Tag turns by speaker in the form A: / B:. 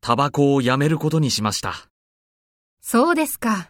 A: タバコをやめることにしました。
B: そうですか。